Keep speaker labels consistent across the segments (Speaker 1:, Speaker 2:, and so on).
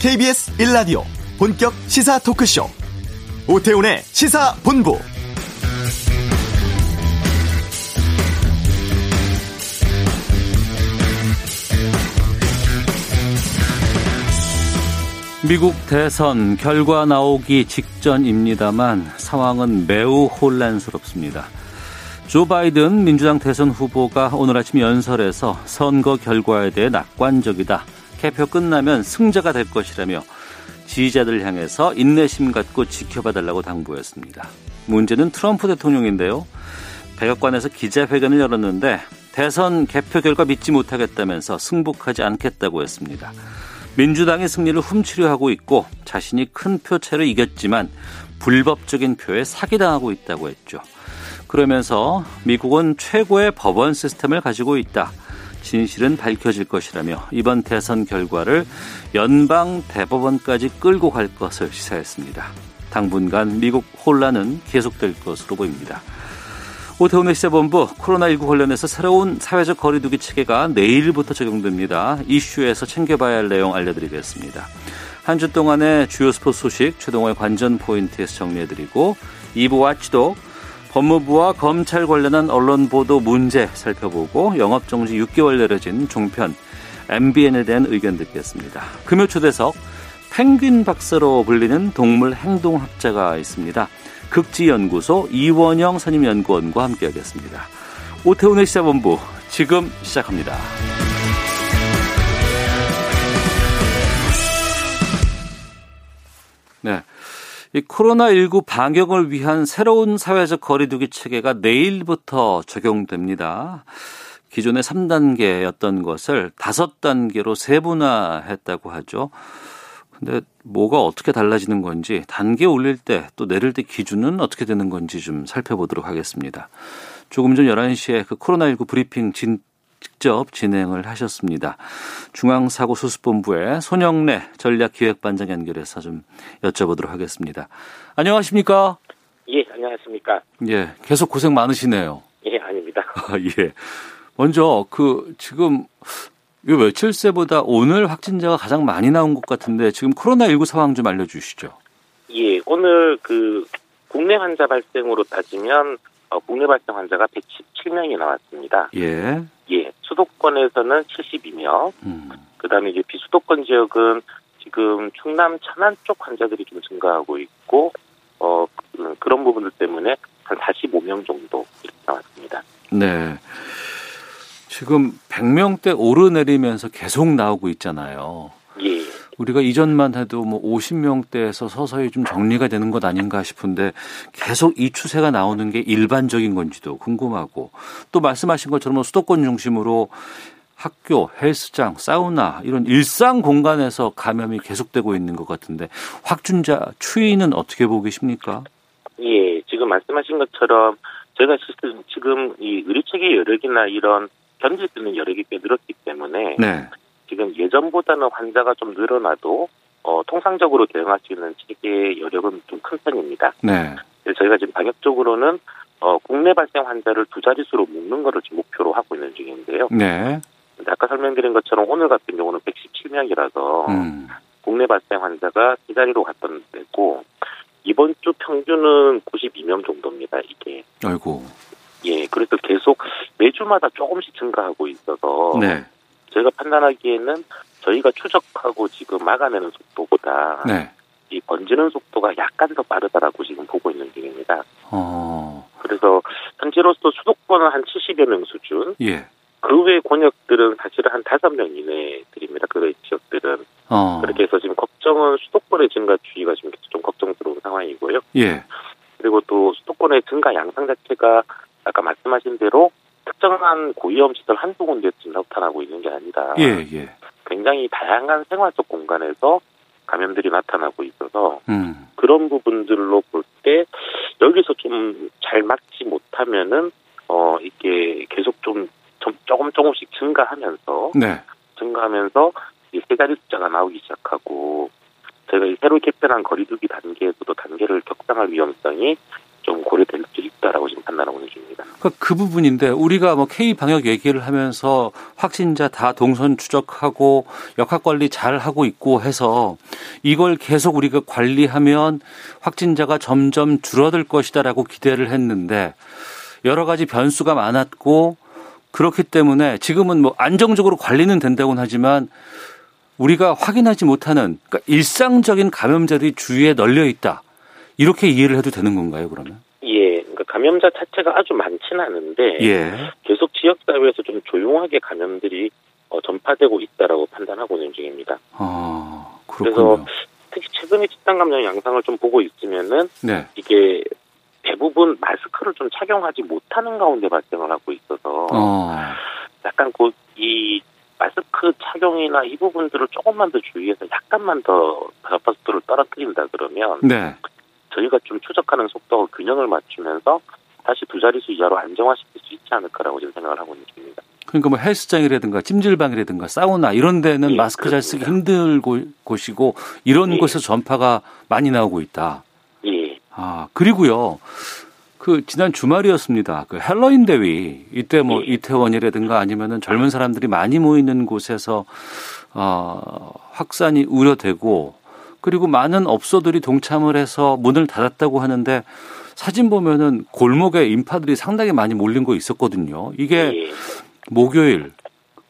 Speaker 1: KBS 1라디오 본격 시사 토크쇼 오태훈의 시사본부
Speaker 2: 미국 대선 결과 나오기 직전입니다만 상황은 매우 혼란스럽습니다. 조 바이든 민주당 대선 후보가 오늘 아침 연설에서 선거 결과에 대해 낙관적이다. 개표 끝나면 승자가 될 것이라며 지지자들 향해서 인내심 갖고 지켜봐달라고 당부했습니다. 문제는 트럼프 대통령인데요. 백악관에서 기자회견을 열었는데 대선 개표 결과 믿지 못하겠다면서 승복하지 않겠다고 했습니다. 민주당의 승리를 훔치려 하고 있고 자신이 큰 표차로 이겼지만 불법적인 표에 사기당하고 있다고 했죠. 그러면서 미국은 최고의 법원 시스템을 가지고 있다. 진실은 밝혀질 것이라며 이번 대선 결과를 연방 대법원까지 끌고 갈 것을 시사했습니다. 당분간 미국 혼란은 계속될 것으로 보입니다. 오태훈의 시사본부 코로나19 관련해서 새로운 사회적 거리두기 체계가 내일부터 적용됩니다. 이슈에서 챙겨봐야 할 내용 알려드리겠습니다. 한 주 동안의 주요 스포츠 소식 최동호의 관전 포인트에서 정리해드리고 2부 와치도 법무부와 검찰 관련한 언론 보도 문제 살펴보고 영업정지 6개월 내려진 종편 MBN에 대한 의견 듣겠습니다. 금요 초대석 펭귄 박사로 불리는 동물 행동학자가 있습니다. 극지연구소 이원영 선임연구원과 함께하겠습니다. 오태훈의 시사본부 지금 시작합니다. 네. 이 코로나19 방역을 위한 새로운 사회적 거리두기 체계가 내일부터 적용됩니다. 기존의 3단계였던 것을 5단계로 세분화했다고 하죠. 근데 뭐가 어떻게 달라지는 건지 단계 올릴 때 또 내릴 때 기준은 어떻게 되는 건지 좀 살펴보도록 하겠습니다. 조금 전 11시에 그 코로나19 브리핑 진, 직접 진행을 하셨습니다. 중앙사고수습본부의 손영래 전략기획반장 연결해서 좀 여쭤보도록 하겠습니다. 안녕하십니까?
Speaker 3: 예, 안녕하십니까?
Speaker 2: 예, 계속 고생 많으시네요.
Speaker 3: 예, 아닙니다.
Speaker 2: 아, 예. 먼저 그 지금 요 며칠 새보다 오늘 확진자가 가장 많이 나온 것 같은데 지금 코로나19 상황 좀 알려주시죠.
Speaker 3: 예, 오늘 그 국내 환자 발생으로 따지면 어, 국내 발생 환자가 117명이 나왔습니다.
Speaker 2: 예.
Speaker 3: 예, 수도권에서는 72명,
Speaker 2: 음.
Speaker 3: 그다음에 이제 비수도권 지역은 지금 충남 천안 쪽 환자들이 좀 증가하고 있고 어 그- 그런 부분들 때문에 한 45명 정도 이렇게 나왔습니다.
Speaker 2: 네. 지금 100명대 오르내리면서 계속 나오고 있잖아요.
Speaker 3: 예,
Speaker 2: 우리가 이전만 해도 뭐 50명대에서 서서히 좀 정리가 되는 것 아닌가 싶은데 계속 이 추세가 나오는 게 일반적인 건지도 궁금하고 또 말씀하신 것처럼 뭐 수도권 중심으로 학교, 헬스장, 사우나 이런 일상 공간에서 감염이 계속되고 있는 것 같은데 확진자 추이는 어떻게 보고 계십니까?
Speaker 3: 예, 지금 말씀하신 것처럼 제가 실은 지금 이 의료체계 여력이나 이런 견딜 수 있는 여력이 꽤 늘었기 때문에
Speaker 2: 네.
Speaker 3: 지금 예전보다는 환자가 좀 늘어나도 어, 통상적으로 대응할 수 있는 체계의 여력은 좀 큰 편입니다.
Speaker 2: 네.
Speaker 3: 그래서 저희가 지금 방역적으로는 어, 국내 발생 환자를 두 자릿수로 묶는 것을 지금 목표로 하고 있는 중인데요.
Speaker 2: 네.
Speaker 3: 근데 아까 설명드린 것처럼 오늘 같은 경우는 117명이라서
Speaker 2: 음.
Speaker 3: 국내 발생 환자가 세 자리로 갔던 데고 이번 주 평균은 92명 정도입니다. 이게
Speaker 2: 아이고.
Speaker 3: 예, 그래서 계속 매주마다 조금씩 증가하고 있어서
Speaker 2: 네.
Speaker 3: 저희가 판단하기에는 저희가 추적하고 지금 막아내는 속도보다
Speaker 2: 네.
Speaker 3: 이 번지는 속도가 약간 더 빠르다라고 지금 보고 있는 중입니다.
Speaker 2: 어.
Speaker 3: 그래서 현재로서 수도권은 한 70여 명 수준,
Speaker 2: 예.
Speaker 3: 그 외 권역들은 사실 한 5명 이내들입니다. 그 외 지역들은.
Speaker 2: 어.
Speaker 3: 그렇게 해서 지금 걱정은 수도권의 증가 추이가 지금 좀 걱정스러운 상황이고요.
Speaker 2: 예.
Speaker 3: 그리고 또 수도권의 증가 양상 자체가 아까 말씀하신 대로 특정한 고위험 시설 한두 군데 지금 나타나고 있는 게 아니라
Speaker 2: 예, 예.
Speaker 3: 굉장히 다양한 생활 속 공간에서 감염들이 나타나고 있어서
Speaker 2: 음.
Speaker 3: 그런 부분들로 볼 때 여기서 좀 잘 막지 못하면은 어 이게 계속 좀, 좀 조금 조금씩 증가하면서
Speaker 2: 네.
Speaker 3: 증가하면서 이 세 자리 숫자가 나오기 시작하고 저희가 이 새로 개편한 거리두기 단계에서도 단계를 격상할 위험성이 좀 고려될 수 있다라고 지금 판단하고 있는 중입니다.
Speaker 2: 그러니까 그 부분인데 우리가 뭐 K 방역 얘기를 하면서 확진자 다 동선 추적하고 역학 관리 잘 하고 있고 해서 이걸 계속 우리가 관리하면 확진자가 점점 줄어들 것이다라고 기대를 했는데 여러 가지 변수가 많았고 그렇기 때문에 지금은 뭐 안정적으로 관리는 된다곤 하지만 우리가 확인하지 못하는 그러니까 일상적인 감염자들이 주위에 널려 있다. 이렇게 이해를 해도 되는 건가요, 그러면?
Speaker 3: 예, 그러니까 감염자 자체가 아주 많지는 않은데
Speaker 2: 예.
Speaker 3: 계속 지역 사회에서 좀 조용하게 감염들이 어, 전파되고 있다라고 판단하고 있는 중입니다.
Speaker 2: 아, 그렇군요.
Speaker 3: 그래서 특히 최근에 집단 감염 양상을 좀 보고 있으면은
Speaker 2: 네.
Speaker 3: 이게 대부분 마스크를 좀 착용하지 못하는 가운데 발생을 하고 있어서
Speaker 2: 어.
Speaker 3: 약간 곧이 마스크 착용이나 이 부분들을 조금만 더 주의해서 약간만 더 바이러스를 떨어뜨린다 그러면
Speaker 2: 네.
Speaker 3: 저희가 좀 추적하는 속도와 균형을 맞추면서 다시 두 자릿수 이하로 안정화시킬 수 있지 않을까라고 지금 생각을 하고 있는 중입니다.
Speaker 2: 그러니까 뭐 헬스장이라든가 찜질방이라든가 사우나 이런 데는
Speaker 3: 예,
Speaker 2: 마스크 잘 쓰기
Speaker 3: 그렇습니다.
Speaker 2: 힘들 곳- 곳이고 이런
Speaker 3: 예.
Speaker 2: 곳에서 전파가 많이 나오고 있다.
Speaker 3: 예,
Speaker 2: 아, 그리고요. 그 지난 주말이었습니다. 그 헬로윈 대위 이때 뭐
Speaker 3: 예.
Speaker 2: 이태원이라든가 아니면은 젊은 사람들이 많이 모이는 곳에서 어, 확산이 우려되고 그리고 많은 업소들이 동참을 해서 문을 닫았다고 하는데 사진 보면은 골목에 인파들이 상당히 많이 몰린 거 있었거든요. 이게
Speaker 3: 예,
Speaker 2: 목요일,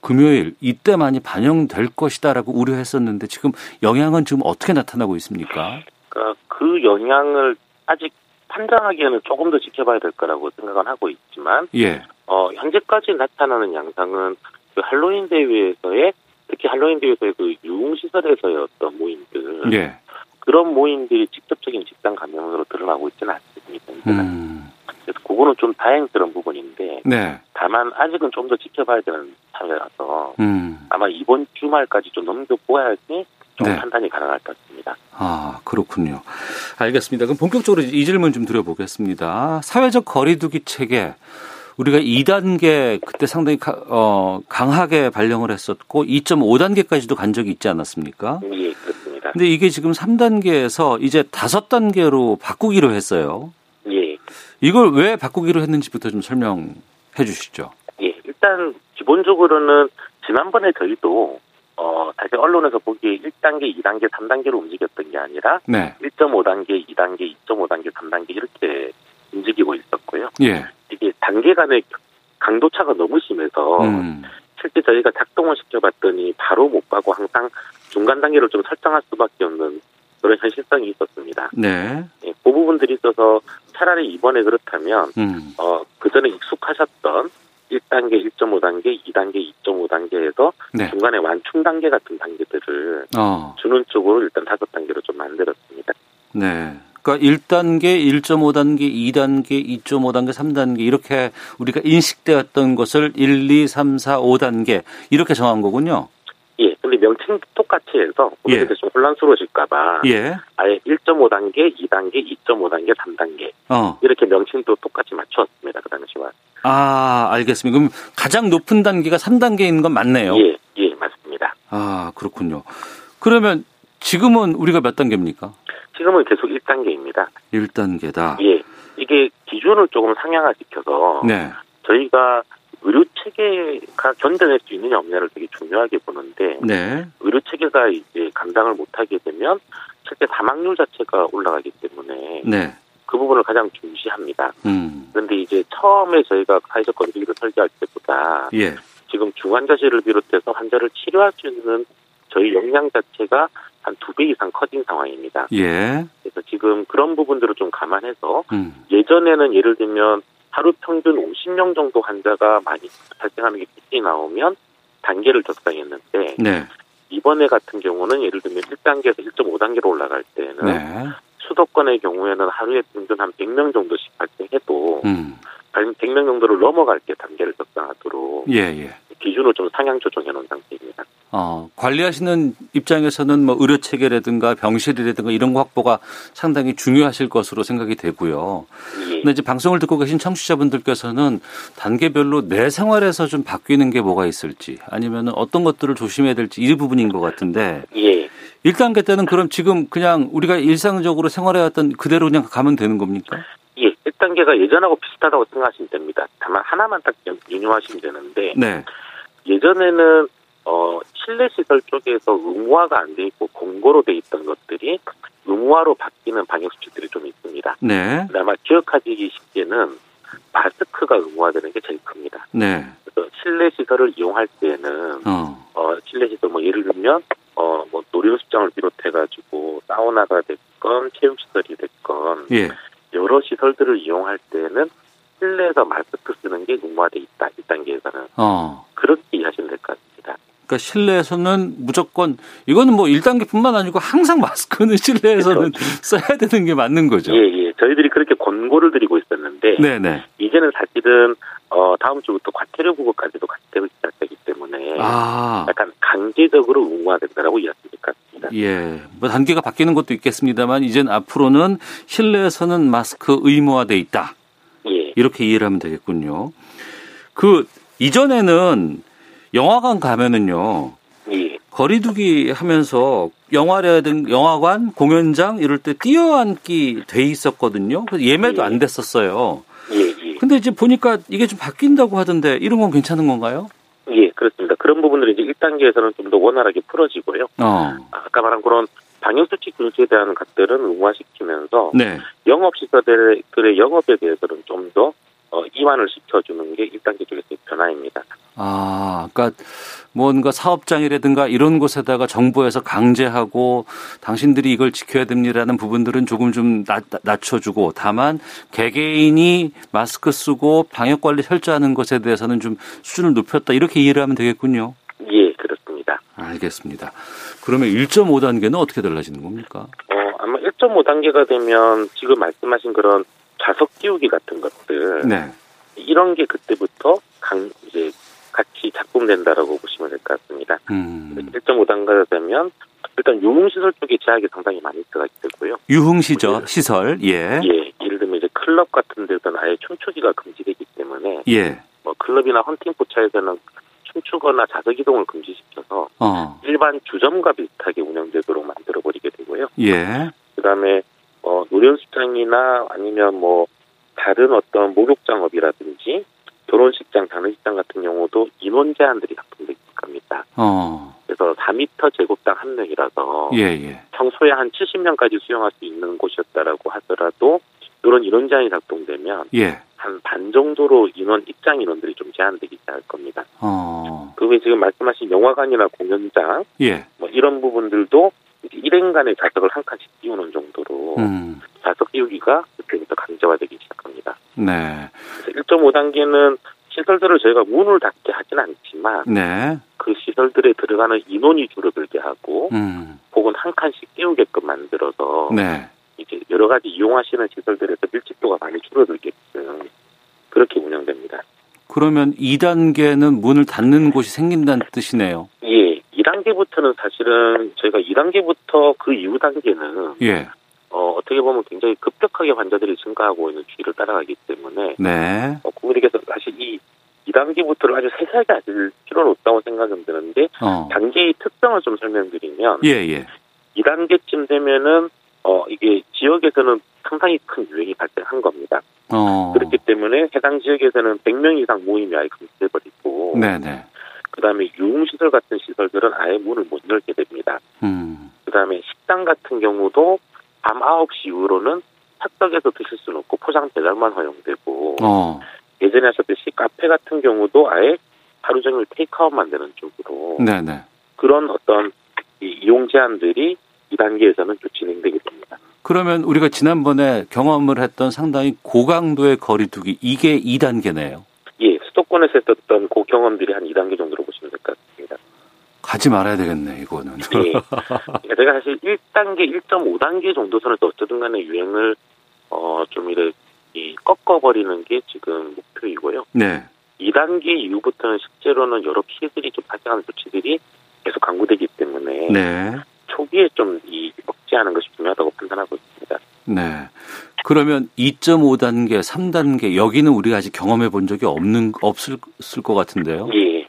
Speaker 2: 금요일 이때 많이 반영될 것이다라고 우려했었는데 지금 영향은 지금 어떻게 나타나고 있습니까?
Speaker 3: 그러니까 그 영향을 아직 판단하기에는 조금 더 지켜봐야 될 거라고 생각은 하고 있지만
Speaker 2: 예.
Speaker 3: 어, 현재까지 나타나는 양상은 그 할로윈 대회에서의 특히 할로윈 대회에서의 그 유흥시설에서의 어떤 모임들
Speaker 2: 예.
Speaker 3: 그런 모임들이 직접적인 집단 감염으로 드러나고 있지는 않습니다.
Speaker 2: 음.
Speaker 3: 그래서 그거는 좀 다행스러운 부분인데
Speaker 2: 네.
Speaker 3: 다만 아직은 좀 더 지켜봐야 되는 사회라서
Speaker 2: 음.
Speaker 3: 아마 이번 주말까지 좀 넘겨보아야지 좀
Speaker 2: 네.
Speaker 3: 판단이 가능할 것 같습니다.
Speaker 2: 아, 그렇군요. 알겠습니다. 그럼 본격적으로 이 질문 좀 드려보겠습니다. 사회적 거리두기 체계. 우리가 2단계 그때 상당히 가- 어, 강하게 발령을 했었고 2.5단계까지도 간 적이 있지 않았습니까?
Speaker 3: 예, 그렇습니다.
Speaker 2: 근데 이게 지금 3단계에서 이제 5단계로 바꾸기로 했어요.
Speaker 3: 예,
Speaker 2: 이걸 왜 바꾸기로 했는지부터 좀 설명해 주시죠.
Speaker 3: 예. 일단 기본적으로는 지난번에 저희도 어, 사실 언론에서 보기에 1단계, 2단계, 3단계로 움직였던 게 아니라
Speaker 2: 네.
Speaker 3: 1.5단계, 2단계, 2.5단계, 3단계 이렇게 움직이고 있었고요.
Speaker 2: 예.
Speaker 3: 이게 단계 간의 강도차가 너무 심해서
Speaker 2: 음.
Speaker 3: 실제 저희가 작동을 시켜봤더니 바로 못 가고 항상 중간 단계를 좀 설정할 수밖에 없는 그런 현실성이 있었습니다.
Speaker 2: 네.
Speaker 3: 예, 그 부분들이 있어서 차라리 이번에 그렇다면
Speaker 2: 음.
Speaker 3: 어, 그전에 익숙하셨던 1단계, 1.5단계, 2단계, 2.5단계에서
Speaker 2: 네.
Speaker 3: 중간에 완충 단계 같은 단계들을
Speaker 2: 어.
Speaker 3: 주는 쪽으로 일단 다섯 단계로 좀 만들었습니다.
Speaker 2: 네. 그러니까 1단계, 1.5단계, 2단계, 2.5단계, 3단계 이렇게 우리가 인식되었던 것을 1, 2, 3, 4, 5단계 이렇게 정한 거군요.
Speaker 3: 예, 근데 명칭 똑같이 해서
Speaker 2: 예.
Speaker 3: 우리한테 좀 혼란스러워질까봐
Speaker 2: 예.
Speaker 3: 아예 1.5단계, 2단계, 2.5단계, 3단계
Speaker 2: 어.
Speaker 3: 이렇게 명칭도 똑같이 맞추었습니다. 그 당시와
Speaker 2: 아, 알겠습니다. 그럼 가장 높은 단계가 3단계인 건 맞네요.
Speaker 3: 예, 예, 맞습니다.
Speaker 2: 아, 그렇군요. 그러면 지금은 우리가 몇 단계입니까?
Speaker 3: 지금은 계속 1단계입니다.
Speaker 2: 1단계다.
Speaker 3: 예. 이게 기준을 조금 상향화시켜서
Speaker 2: 네.
Speaker 3: 저희가 의료 체계가 견뎌낼 수 있느냐 없느냐를 되게 중요하게 보는데
Speaker 2: 네.
Speaker 3: 의료 체계가 이제 감당을 못하게 되면 실제 사망률 자체가 올라가기 때문에
Speaker 2: 네.
Speaker 3: 그 부분을 가장 중시합니다.
Speaker 2: 음.
Speaker 3: 그런데 이제 처음에 저희가 사회적 거리두기를 설계할 때보다
Speaker 2: 예.
Speaker 3: 지금 중환자실을 비롯해서 환자를 치료할 수 있는 저희 역량 자체가 한 두 배 이상 커진 상황입니다.
Speaker 2: 예.
Speaker 3: 그래서 지금 그런 부분들을 좀 감안해서
Speaker 2: 음.
Speaker 3: 예전에는 예를 들면 하루 평균 50명 정도 환자가 많이 발생하는 게 특히 나오면 단계를 적당했는데
Speaker 2: 네.
Speaker 3: 이번에 같은 경우는 예를 들면 1단계에서 1.5단계로 올라갈 때는
Speaker 2: 네.
Speaker 3: 수도권의 경우에는 하루에 평균 한 100명 정도씩 발생해도
Speaker 2: 음.
Speaker 3: 한 100명 정도를 넘어갈 때 단계를 적당하도록
Speaker 2: 예, 예.
Speaker 3: 기준을 좀 상향 조정해 놓은 상태입니다.
Speaker 2: 어, 관리하시는 입장에서는 뭐 의료 체계라든가 병실이라든가 이런 거 확보가 상당히 중요하실 것으로 생각이 되고요.
Speaker 3: 예.
Speaker 2: 근데 이제 방송을 듣고 계신 청취자분들께서는 단계별로 내 생활에서 좀 바뀌는 게 뭐가 있을지 아니면 어떤 것들을 조심해야 될지 이 부분인 것 같은데
Speaker 3: 예.
Speaker 2: 1단계 때는 그럼 지금 그냥 우리가 일상적으로 생활해왔던 그대로 그냥 가면 되는 겁니까?
Speaker 3: 예. 단계가 예전하고 비슷하다고 생각하시면 됩니다. 다만 하나만 딱 유념하시면 되는데
Speaker 2: 네.
Speaker 3: 예전에는 어, 실내 시설 쪽에서 의무화가 안 돼 있고 공고로 돼 있던 것들이 의무화로 바뀌는 방역 수칙들이 좀 있습니다.
Speaker 2: 네.
Speaker 3: 아마 기억하기 쉽게는 마스크가 의무화되는 게 제일 큽니다.
Speaker 2: 네.
Speaker 3: 그래서 실내 시설을 이용할 때는
Speaker 2: 어.
Speaker 3: 어, 실내 시설 뭐 예를 들면 어, 뭐 놀이수장을 비롯해 가지고 사우나가 됐건 체육 시설이 됐건
Speaker 2: 예.
Speaker 3: 여러 시설들을 이용할 때는 실내에서 마스크 쓰는 게 의무화돼 있다. 1단계에서는
Speaker 2: 어.
Speaker 3: 그렇게 이해하시면 될 것 같습니다.
Speaker 2: 그러니까 실내에서는 무조건 이거는 뭐 1단계뿐만 아니고 항상 마스크는 실내에서는 써야 되는 게 맞는 거죠.
Speaker 3: 예, 예. 저희들이 그렇게 권고를 드리고 있었는데
Speaker 2: 네, 네.
Speaker 3: 이제는 사실은 어, 다음 주부터 과태료 부과까지도 과태료 시작되기 때문에
Speaker 2: 아.
Speaker 3: 약간 강제적으로 의무화된다라고 이해하시면 될 것 같습니다.
Speaker 2: 예. 뭐 단계가 바뀌는 것도 있겠습니다만 이젠 앞으로는 실내에서는 마스크 의무화돼 있다.
Speaker 3: 예.
Speaker 2: 이렇게 이해를 하면 되겠군요. 그 이전에는 영화관 가면은요.
Speaker 3: 예.
Speaker 2: 거리두기 하면서 영화라든 영화관, 공연장 이럴 때 뛰어앉기 돼 있었거든요. 그래서 예매도 안 됐었어요.
Speaker 3: 예.
Speaker 2: 근데 이제 보니까 이게 좀 바뀐다고 하던데 이런 건 괜찮은 건가요?
Speaker 3: 예. 예. 그렇습니다. 그런 부분들이 이제 1단계에서는 좀 더 원활하게 풀어지고요.
Speaker 2: 어.
Speaker 3: 아까 말한 그런 방역수칙 준수에 대한 것들은 의무화시키면서
Speaker 2: 네.
Speaker 3: 영업시설들의 영업에 대해서는 좀 더 어, 이완을 시켜주는 게 1단계 쪽에서의 변화입니다.
Speaker 2: 아, 그러니까 뭔가 사업장이라든가 이런 곳에다가 정부에서 강제하고 당신들이 이걸 지켜야 됩니다라는 부분들은 조금 좀 낮, 낮춰주고 다만 개개인이 마스크 쓰고 방역 관리 철저하는 것에 대해서는 좀 수준을 높였다 이렇게 이해를 하면 되겠군요.
Speaker 3: 예, 그렇습니다.
Speaker 2: 알겠습니다. 그러면 1.5단계는 어떻게 달라지는 겁니까?
Speaker 3: 어, 아마 1.5단계가 되면 지금 말씀하신 그런 좌석 띄우기 같은 것들
Speaker 2: 네.
Speaker 3: 이런 게 그때부터 강 이제 같이 작동된다라고 보시면 될 것 같습니다.
Speaker 2: 음.
Speaker 3: 1.5단계가 되면 일단 유흥시설 쪽에 제약이 상당히 많이 들어가게 되고요.
Speaker 2: 유흥 시절 시설 예.
Speaker 3: 예, 예를 들면 이제 클럽 같은 데서는 아예 춤추기가 금지되기 때문에
Speaker 2: 예.
Speaker 3: 뭐 클럽이나 헌팅 포차에서는 춤추거나 자석 이동을 금지시켜서
Speaker 2: 어.
Speaker 3: 일반 주점과 비슷하게 운영되도록 만들어 버리게 되고요.
Speaker 2: 예.
Speaker 3: 그다음에 어, 노련수장이나 아니면 뭐 다른 어떤 목욕장업이라든지 결혼식장, 장례식장 같은 경우도 인원 제한들이 작동되기 겁니다.
Speaker 2: 어.
Speaker 3: 그래서 4m 제곱당 한 명이라서
Speaker 2: 예, 예.
Speaker 3: 평소에 한 70명까지 수용할 수 있는 곳이었다라고 하더라도 이런 인원 제한이 작동되면
Speaker 2: 예.
Speaker 3: 한 반 정도로 인원 입장 인원들이 좀 제한되기 시작할 겁니다.
Speaker 2: 어.
Speaker 3: 그 외에 지금 말씀하신 영화관이나 공연장
Speaker 2: 예.
Speaker 3: 뭐 이런 부분들도 이제 일행간의 좌석을 한 칸씩 띄우는 정도로
Speaker 2: 음.
Speaker 3: 좌석 띄우기가 그때부터 강제화되기 시작합니다.
Speaker 2: 네.
Speaker 3: 그래서 1.5단계는 시설들을 저희가 문을 닫게 하진 않지만
Speaker 2: 네.
Speaker 3: 그 시설들에 들어가는 인원이 줄어들게 하고
Speaker 2: 음.
Speaker 3: 혹은 한 칸씩 띄우게끔 만들어서
Speaker 2: 네.
Speaker 3: 이제 여러 가지 이용하시는 시설들에서 밀집도가 많이 줄어들게끔 그렇게 운영됩니다.
Speaker 2: 그러면 2단계는 문을 닫는 곳이 생긴다는 뜻이네요.
Speaker 3: 예, 2단계부터는 사실은 저희가 2단계부터 그 이후 단계는
Speaker 2: 예.
Speaker 3: 어, 어떻게 보면 굉장히 급격하게 환자들이 증가하고 있는 추이를 따라가기 때문에
Speaker 2: 네.
Speaker 3: 어, 국민들께서 사실 이 2단계부터를 아주 세세하게 아실 필요는 없다고 생각은 드는데
Speaker 2: 어.
Speaker 3: 단계의 특성을 좀 설명드리면
Speaker 2: 예, 예.
Speaker 3: 2단계쯤 되면은 어, 이게 지역에서는 상당히 큰 유행이 발생한 겁니다.
Speaker 2: 어.
Speaker 3: 그렇기 때문에 해당 지역에서는 100명 이상 모임이 아예 금지돼버리고
Speaker 2: 네, 네.
Speaker 3: 그다음에 유흥시설 같은 시설들은 아예 문을 못 열게 됩니다.
Speaker 2: 음.
Speaker 3: 그다음에 식당 같은 경우도 밤 9시 이후로는 탁석에서 드실 수는 없고 포장 배달만 허용되고
Speaker 2: 어.
Speaker 3: 예전에 하셨듯이 카페 같은 경우도 아예 하루 종일 테이크아웃만 되는 쪽으로
Speaker 2: 네, 네.
Speaker 3: 그런 어떤 이 이용 제한들이 이 단계에서는 좀 진행되게 됩니다.
Speaker 2: 그러면 우리가 지난번에 경험을 했던 상당히 고강도의 거리두기 이게 2단계네요.
Speaker 3: 예, 수도권에서 했었던 그 경험들이 한 2단계 정도로 보시면 될 것 같습니다.
Speaker 2: 가지 말아야 되겠네, 이거는.
Speaker 3: 예. 그러니까 제가 사실 1단계, 1.5단계 정도 선에서 어쨌든 간에 유행을 어, 좀 이래 이 꺾어버리는 게 지금 목표이고요.
Speaker 2: 네.
Speaker 3: 2단계 이후부터는 실제로는 여러 피해들이 좀 발생하는 조치들이 계속 강구되기 때문에
Speaker 2: 네.
Speaker 3: 초기에 좀 이 억제하는 것이 중요하다고 판단하고 있습니다.
Speaker 2: 네. 그러면 2.5단계, 3단계 여기는 우리가 아직 경험해 본 적이 없는 없을 없을 것 같은데요.
Speaker 3: 예.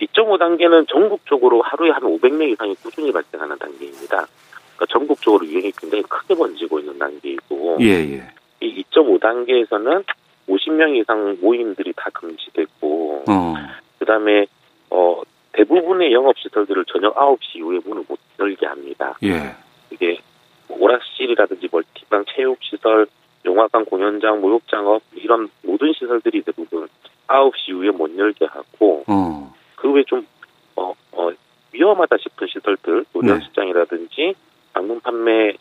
Speaker 3: 2.5단계는 전국적으로 하루에 한 500명 이상이 꾸준히 발생하는 단계입니다. 그러니까 전국적으로 유행이 굉장히 크게 번지고 있는 단계이고
Speaker 2: 예, 예.
Speaker 3: 이 2.5단계에서는 50명 이상 모임들이 다 금지됐고
Speaker 2: 어.
Speaker 3: 그다음에 어 대부분의 영업시설들을 저녁 9시 이후에 문을 못 열게 합니다.
Speaker 2: 예.
Speaker 3: 이게 뭐 오락실이라든지 멀티방, 체육시설, 영화관, 공연장, 목욕장업 이런 모든 시설들이 대부분 9시 이후에 못 열게 하고
Speaker 2: 어.
Speaker 3: 그 외에 좀 어, 어, 위험하다 싶은 시설들, 노년시장이라든지 방문 판매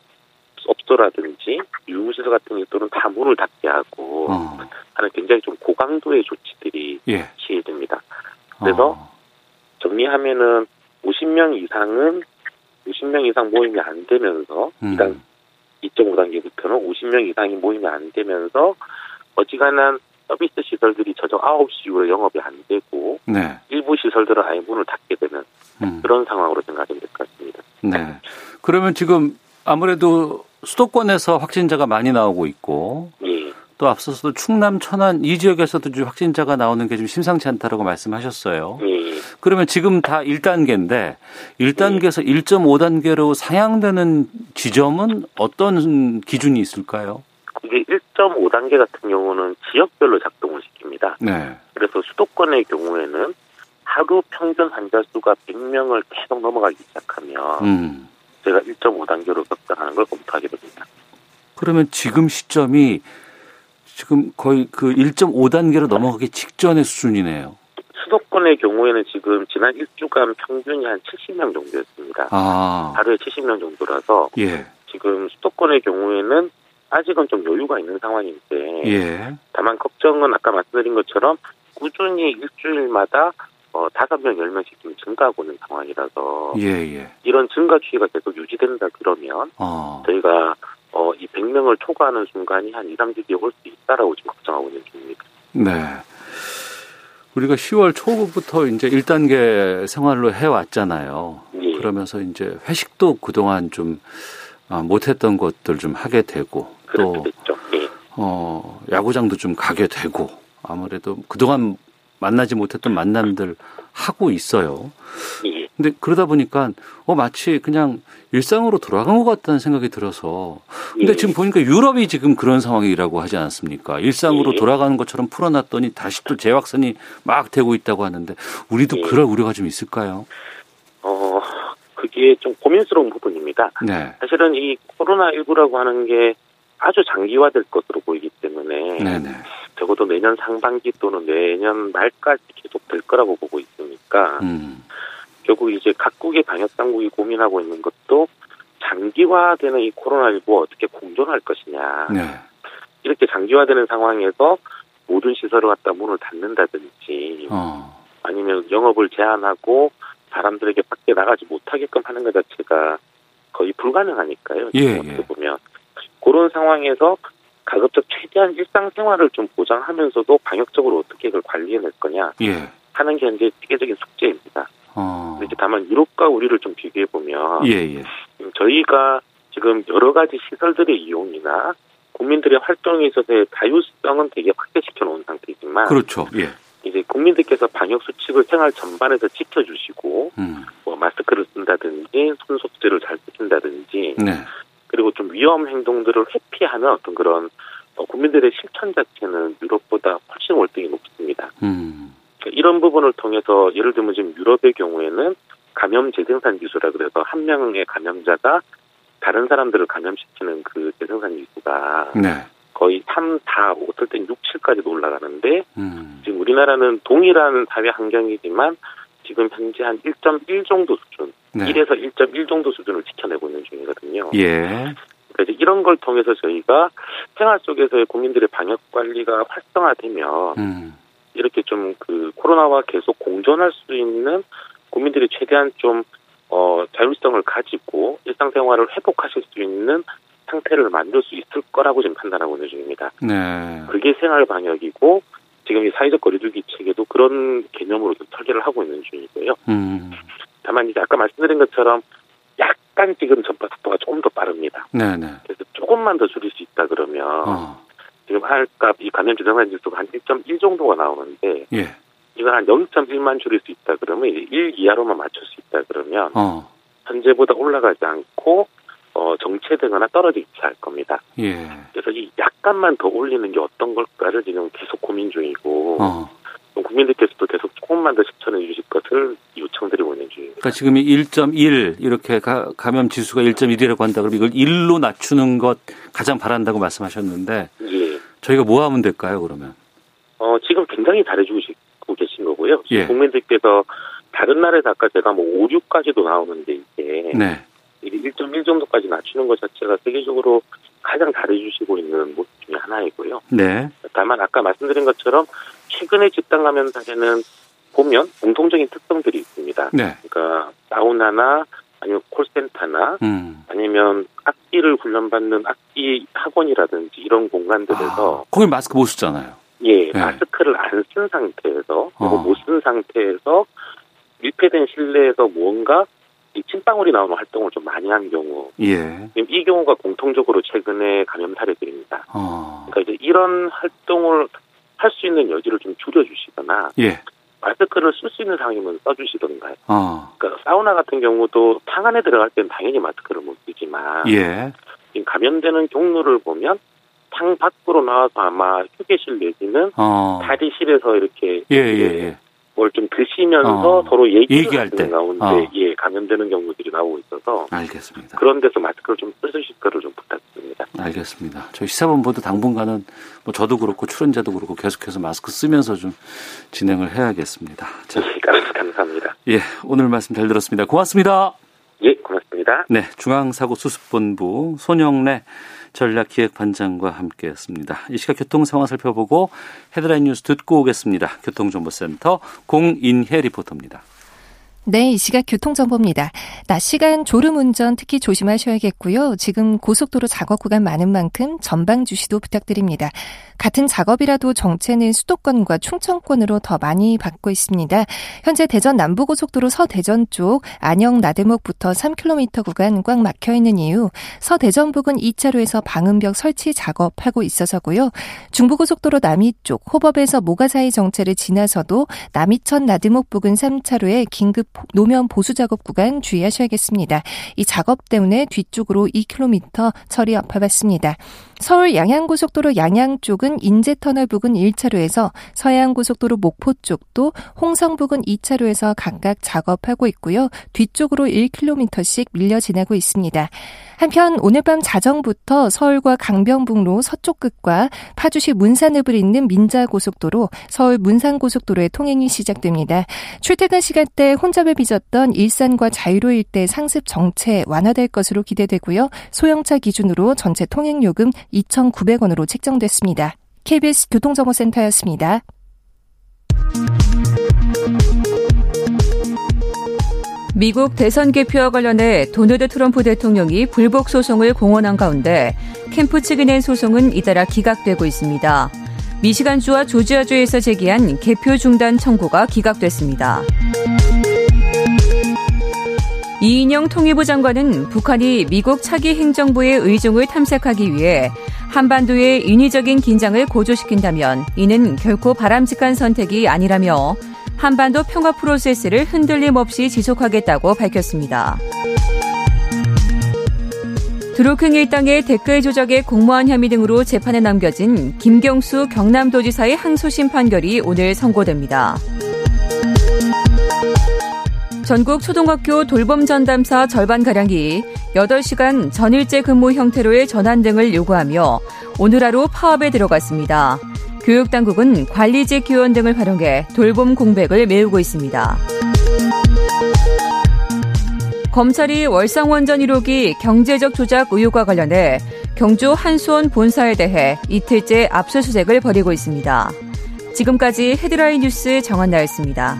Speaker 3: 업소라든지 유흥시설 같은 것들은 다 문을 닫게 하고
Speaker 2: 어.
Speaker 3: 하는 굉장히 좀 고강도의 조치들이
Speaker 2: 예.
Speaker 3: 시행됩니다. 그래서 정리하면은 50명 이상은 50명 이상 모임이 안 되면서
Speaker 2: 음.
Speaker 3: 일단 2.5단계부터는 50명 이상이 모임이 안 되면서 어지간한 서비스 시설들이 저녁 9시 이후로 영업이 안 되고
Speaker 2: 네.
Speaker 3: 일부 시설들은 아예 문을 닫게 되는
Speaker 2: 음.
Speaker 3: 그런 상황으로 생각이 될 것 같습니다.
Speaker 2: 네. 그러면 지금 아무래도 수도권에서 확진자가 많이 나오고 있고
Speaker 3: 예,
Speaker 2: 또 앞서서도 충남, 천안 이 지역에서도 지금 확진자가 나오는 게 좀 심상치 않다라고 말씀하셨어요.
Speaker 3: 예.
Speaker 2: 그러면 지금 다 1단계인데 1단계에서 1.5단계로 상향되는 지점은 어떤 기준이 있을까요?
Speaker 3: 이게 1.5단계 같은 경우는 지역별로 작동을 시킵니다.
Speaker 2: 네.
Speaker 3: 그래서 수도권의 경우에는 하루 평균 환자 수가 100명을 계속 넘어가기 시작하면
Speaker 2: 음.
Speaker 3: 제가 1.5단계로 접근하는 걸 검토하게 됩니다.
Speaker 2: 그러면 지금 시점이 지금 거의 그 1.5단계로 넘어가기 직전의 수준이네요.
Speaker 3: 수도권의 경우에는 지금 지난 1주간 평균이 한 70명 정도였습니다.
Speaker 2: 아.
Speaker 3: 하루에 70명 정도라서
Speaker 2: 예.
Speaker 3: 지금 수도권의 경우에는 아직은 좀 여유가 있는 상황인데
Speaker 2: 예.
Speaker 3: 다만 걱정은 아까 말씀드린 것처럼 꾸준히 일주일마다 어, 5명, 10명씩 좀 증가하고 있는 상황이라서
Speaker 2: 예, 예.
Speaker 3: 이런 증가 추이가 계속 유지된다 그러면
Speaker 2: 어.
Speaker 3: 저희가 어, 이 100명을 초과하는 순간이 한 2, 3주 뒤에 올 수 있다라고 지금 걱정하고 있는 중입니다.
Speaker 2: 네. 우리가 10월 초부터 이제 1단계 생활로 해왔잖아요.
Speaker 3: 예.
Speaker 2: 그러면서 이제 회식도 그동안 좀 아, 못했던 것들 좀 하게 되고
Speaker 3: 그럴
Speaker 2: 또
Speaker 3: 수도 있죠. 예.
Speaker 2: 어, 야구장도 좀 가게 되고 아무래도 그동안 만나지 못했던 만남들 하고 있어요.
Speaker 3: 예.
Speaker 2: 근데 그러다 보니까 어 마치 그냥 일상으로 돌아간 것 같다는 생각이 들어서 근데
Speaker 3: 예.
Speaker 2: 지금 보니까 유럽이 지금 그런 상황이라고 하지 않습니까? 일상으로
Speaker 3: 예.
Speaker 2: 돌아가는 것처럼 풀어놨더니 다시 또 재확산이 막 되고 있다고 하는데 우리도
Speaker 3: 예.
Speaker 2: 그럴 우려가 좀 있을까요?
Speaker 3: 어, 그게 좀 고민스러운 부분입니다.
Speaker 2: 네,
Speaker 3: 사실은 이 코로나19라고 하는 게 아주 장기화될 것으로 보이기 때문에
Speaker 2: 네, 네,
Speaker 3: 적어도 내년 상반기 또는 내년 말까지 계속 될 거라고 보고 있으니까
Speaker 2: 음,
Speaker 3: 결국 이제 각국의 방역 당국이 고민하고 있는 것도 장기화되는 이 코로나19와 어떻게 공존할 것이냐
Speaker 2: 네,
Speaker 3: 이렇게 장기화되는 상황에서 모든 시설을 갖다 문을 닫는다든지
Speaker 2: 어,
Speaker 3: 아니면 영업을 제한하고 사람들에게 밖에 나가지 못하게끔 하는 것 자체가 거의 불가능하니까요.
Speaker 2: 예,
Speaker 3: 지금
Speaker 2: 예.
Speaker 3: 어떻게 보면 그런 상황에서 가급적 최대한 일상생활을 좀 보장하면서도 방역적으로 어떻게 그걸 관리해낼 거냐
Speaker 2: 예,
Speaker 3: 하는 게 이제 세계적인 숙제입니다.
Speaker 2: 어,
Speaker 3: 근데 이제 다만 유럽과 우리를 좀 비교해 보면
Speaker 2: 예, 예,
Speaker 3: 저희가 지금 여러 가지 시설들의 이용이나 국민들의 활동에 있어서의 자유성은 되게 확대시켜 놓은 상태이지만
Speaker 2: 그렇죠, 예,
Speaker 3: 이제 국민들께서 방역 수칙을 생활 전반에서 지켜주시고
Speaker 2: 음,
Speaker 3: 뭐 마스크를 쓴다든지 손 소독제를 잘 쓰신다든지
Speaker 2: 네,
Speaker 3: 그리고 좀 위험 행동들을 회피하는 어떤 그런 어, 국민들의 실천 자체는 유럽보다 훨씬 월등히 높습니다.
Speaker 2: 음,
Speaker 3: 그러니까 이런 부분을 통해서 예를 들면 지금 유럽의 경우에는 감염 재생산 기수라 그래서 한 명의 감염자가 다른 사람들을 감염시키는 그 재생산 기수가
Speaker 2: 네,
Speaker 3: 거의 3, 4, 어떨 땐 6, 7까지도 올라가는데
Speaker 2: 음,
Speaker 3: 지금 우리나라는 동일한 사회 환경이지만 지금 현재 한 1.1 정도 수준,
Speaker 2: 네,
Speaker 3: 1에서 1.1 정도 수준을 지켜내고 있는 중이거든요.
Speaker 2: 예,
Speaker 3: 그러니까 이제 이런 걸 통해서 저희가 생활 속에서의 국민들의 방역 관리가 활성화되면
Speaker 2: 음,
Speaker 3: 이렇게 좀 그 코로나와 계속 공존할 수 있는 국민들이 최대한 좀 어, 자율성을 가지고 일상생활을 회복하실 수 있는 상태를 만들 수 있을 거라고 지금 판단하고 있는 중입니다.
Speaker 2: 네,
Speaker 3: 그게 생활 방역이고 지금 이 사회적 거리두기 체계도 그런 개념으로 좀 설계를 하고 있는 중이고요.
Speaker 2: 음,
Speaker 3: 다만 이제 아까 말씀드린 것처럼 약간 지금 전파 속도가 조금 더 빠릅니다.
Speaker 2: 네, 네,
Speaker 3: 그래서 조금만 더 줄일 수 있다 그러면
Speaker 2: 어,
Speaker 3: 지금 할값 이 감염 재생산 지수가 한 1.1 정도가 나오는데
Speaker 2: 예,
Speaker 3: 이걸 한 0.1만 줄일 수 있다 그러면 이제 1 이하로만 맞출 수 있다 그러면
Speaker 2: 어,
Speaker 3: 현재보다 올라가지 않고 어, 어, 정체되거나 떨어지지 할 겁니다.
Speaker 2: 예.
Speaker 3: 그래서 이 약간만 더 올리는 게 어떤 걸까를 지금 계속 고민 중이고
Speaker 2: 어.
Speaker 3: 국민들께서도 계속 조금만 더 실천해 주실 것을 요청드리고 있는 중입니다.
Speaker 2: 그러니까 지금이 1.1 이렇게 가, 감염 지수가 1.1이라고 한다 그러면 이걸 1로 낮추는 것 가장 바란다고 말씀하셨는데
Speaker 3: 예.
Speaker 2: 저희가 뭐 하면 될까요, 그러면?
Speaker 3: 어, 지금 굉장히 잘해주고 계신 거고요.
Speaker 2: 예.
Speaker 3: 국민들께서 다른 날에 아까 제가 뭐 5, 6까지도 나오는데 이게
Speaker 2: 네.
Speaker 3: 이게 1.1 정도까지 낮추는 것 자체가 세계적으로 가장 잘해주시고 있는 모습 중에 하나이고요.
Speaker 2: 네.
Speaker 3: 다만 아까 말씀드린 것처럼 최근의 집단 감염 사례는 보면 공통적인 특성들이 있습니다.
Speaker 2: 네.
Speaker 3: 그러니까 사우나나 아니면 콜센터나
Speaker 2: 음.
Speaker 3: 아니면 악기를 훈련받는 악기 학원이라든지 이런 공간들에서
Speaker 2: 아, 거기 마스크 못 쓰잖아요.
Speaker 3: 예
Speaker 2: 네.
Speaker 3: 마스크를 안 쓴 상태에서
Speaker 2: 어.
Speaker 3: 못 쓴 상태에서 밀폐된 실내에서 뭔가 이 침방울이 나오는 활동을 좀 많이 한 경우
Speaker 2: 예.
Speaker 3: 지금 이 경우가 공통적으로 최근의 감염 사례들입니다.
Speaker 2: 어.
Speaker 3: 그러니까 이제 이런 활동을 할 수 있는 여지를 좀 줄여주시거나
Speaker 2: 예.
Speaker 3: 마스크를 쓸 수 있는 상황이면 써주시던가요.
Speaker 2: 어.
Speaker 3: 그러니까 사우나 같은 경우도 탕 안에 들어갈 때는 당연히 마스크를 못 쓰지만
Speaker 2: 예.
Speaker 3: 지금 감염되는 경로를 보면 탕 밖으로 나와서 아마 휴게실 내지는
Speaker 2: 어.
Speaker 3: 다리실에서 이렇게
Speaker 2: 예, 예, 예.
Speaker 3: 뭘 좀 드시면서
Speaker 2: 어.
Speaker 3: 서로 얘기를
Speaker 2: 얘기할
Speaker 3: 하는
Speaker 2: 때.
Speaker 3: 가운데
Speaker 2: 어.
Speaker 3: 예, 감염되는 경우들이 나오고 있어서
Speaker 2: 알겠습니다.
Speaker 3: 그런 데서 마스크를 좀 쓰실 거를 좀 부탁드립니다.
Speaker 2: 알겠습니다. 저희 시사본부도 당분간은 뭐 저도 그렇고 출연자도 그렇고 계속해서 마스크 쓰면서 좀 진행을 해야겠습니다. 자,
Speaker 3: 예, 감사합니다.
Speaker 2: 예, 오늘 말씀 잘 들었습니다. 고맙습니다.
Speaker 3: 예, 고맙습니다.
Speaker 2: 네, 중앙사고수습본부 손영래 전략기획반장과 함께했습니다. 이 시각 교통 상황 살펴보고 헤드라인 뉴스 듣고 오겠습니다. 교통정보센터 공인혜 리포터입니다.
Speaker 4: 네, 이 시각 교통정보입니다. 낮 시간 졸음 운전 특히 조심하셔야겠고요. 지금 고속도로 작업 구간 많은 만큼 전방 주시도 부탁드립니다. 같은 작업이라도 정체는 수도권과 충청권으로 더 많이 받고 있습니다. 현재 대전 남부고속도로 서대전 쪽 안영 나대목부터 3km 구간 꽉 막혀 있는 이유 서대전 부근 2차로에서 방음벽 설치 작업하고 있어서고요. 중부고속도로 남이 쪽 호법에서 모가사이 정체를 지나서도 남이천 나드목 부근 3차로에 긴급 노면 보수 작업 구간 주의하셔야겠습니다. 이 작업 때문에 뒤쪽으로 2km 처리 엎어봤습니다. 서울 양양고속도로 양양 쪽은 인제터널 부근 1차로에서 서해안고속도로 목포 쪽도 홍성 부근 2차로에서 각각 작업하고 있고요. 뒤쪽으로 1km씩 밀려 지나고 있습니다. 한편 오늘 밤 자정부터 서울과 강변북로 서쪽 끝과 파주시 문산읍을 잇는 민자고속도로 서울 문산고속도로의 통행이 시작됩니다. 출퇴근 시간대 혼잡에 빚었던 일산과 자유로 일대 상습 정체 완화될 것으로 기대되고요. 소형차 기준으로 전체 통행요금 2,900원으로 책정됐습니다. KBS 교통정보센터였습니다.
Speaker 5: 미국 대선 개표와 관련해 도널드 트럼프 대통령이 불복 소송을 공언한 가운데 캠프 측이 낸 소송은 잇따라 기각되고 있습니다. 미시간주와 조지아주에서 제기한 개표 중단 청구가 기각됐습니다. 이인영 통일부 장관은 북한이 미국 차기 행정부의 의중을 탐색하기 위해 한반도의 인위적인 긴장을 고조시킨다면 이는 결코 바람직한 선택이 아니라며 한반도 평화 프로세스를 흔들림 없이 지속하겠다고 밝혔습니다. 드루킹 일당의 댓글 조작의 공모한 혐의 등으로 재판에 남겨진 김경수 경남도지사의 항소심 판결이 오늘 선고됩니다. 전국 초등학교 돌봄 전담사 절반 가량이 8시간 전일제 근무 형태로의 전환 등을 요구하며 오늘 하루 파업에 들어갔습니다. 교육당국은 관리직 교원 등을 활용해 돌봄 공백을 메우고 있습니다. 검찰이 월상원전 1호기 경제적 조작 의혹과 관련해 경주 한수원 본사에 대해 이틀째 압수수색을 벌이고 있습니다. 지금까지 헤드라인 뉴스 정한나였습니다.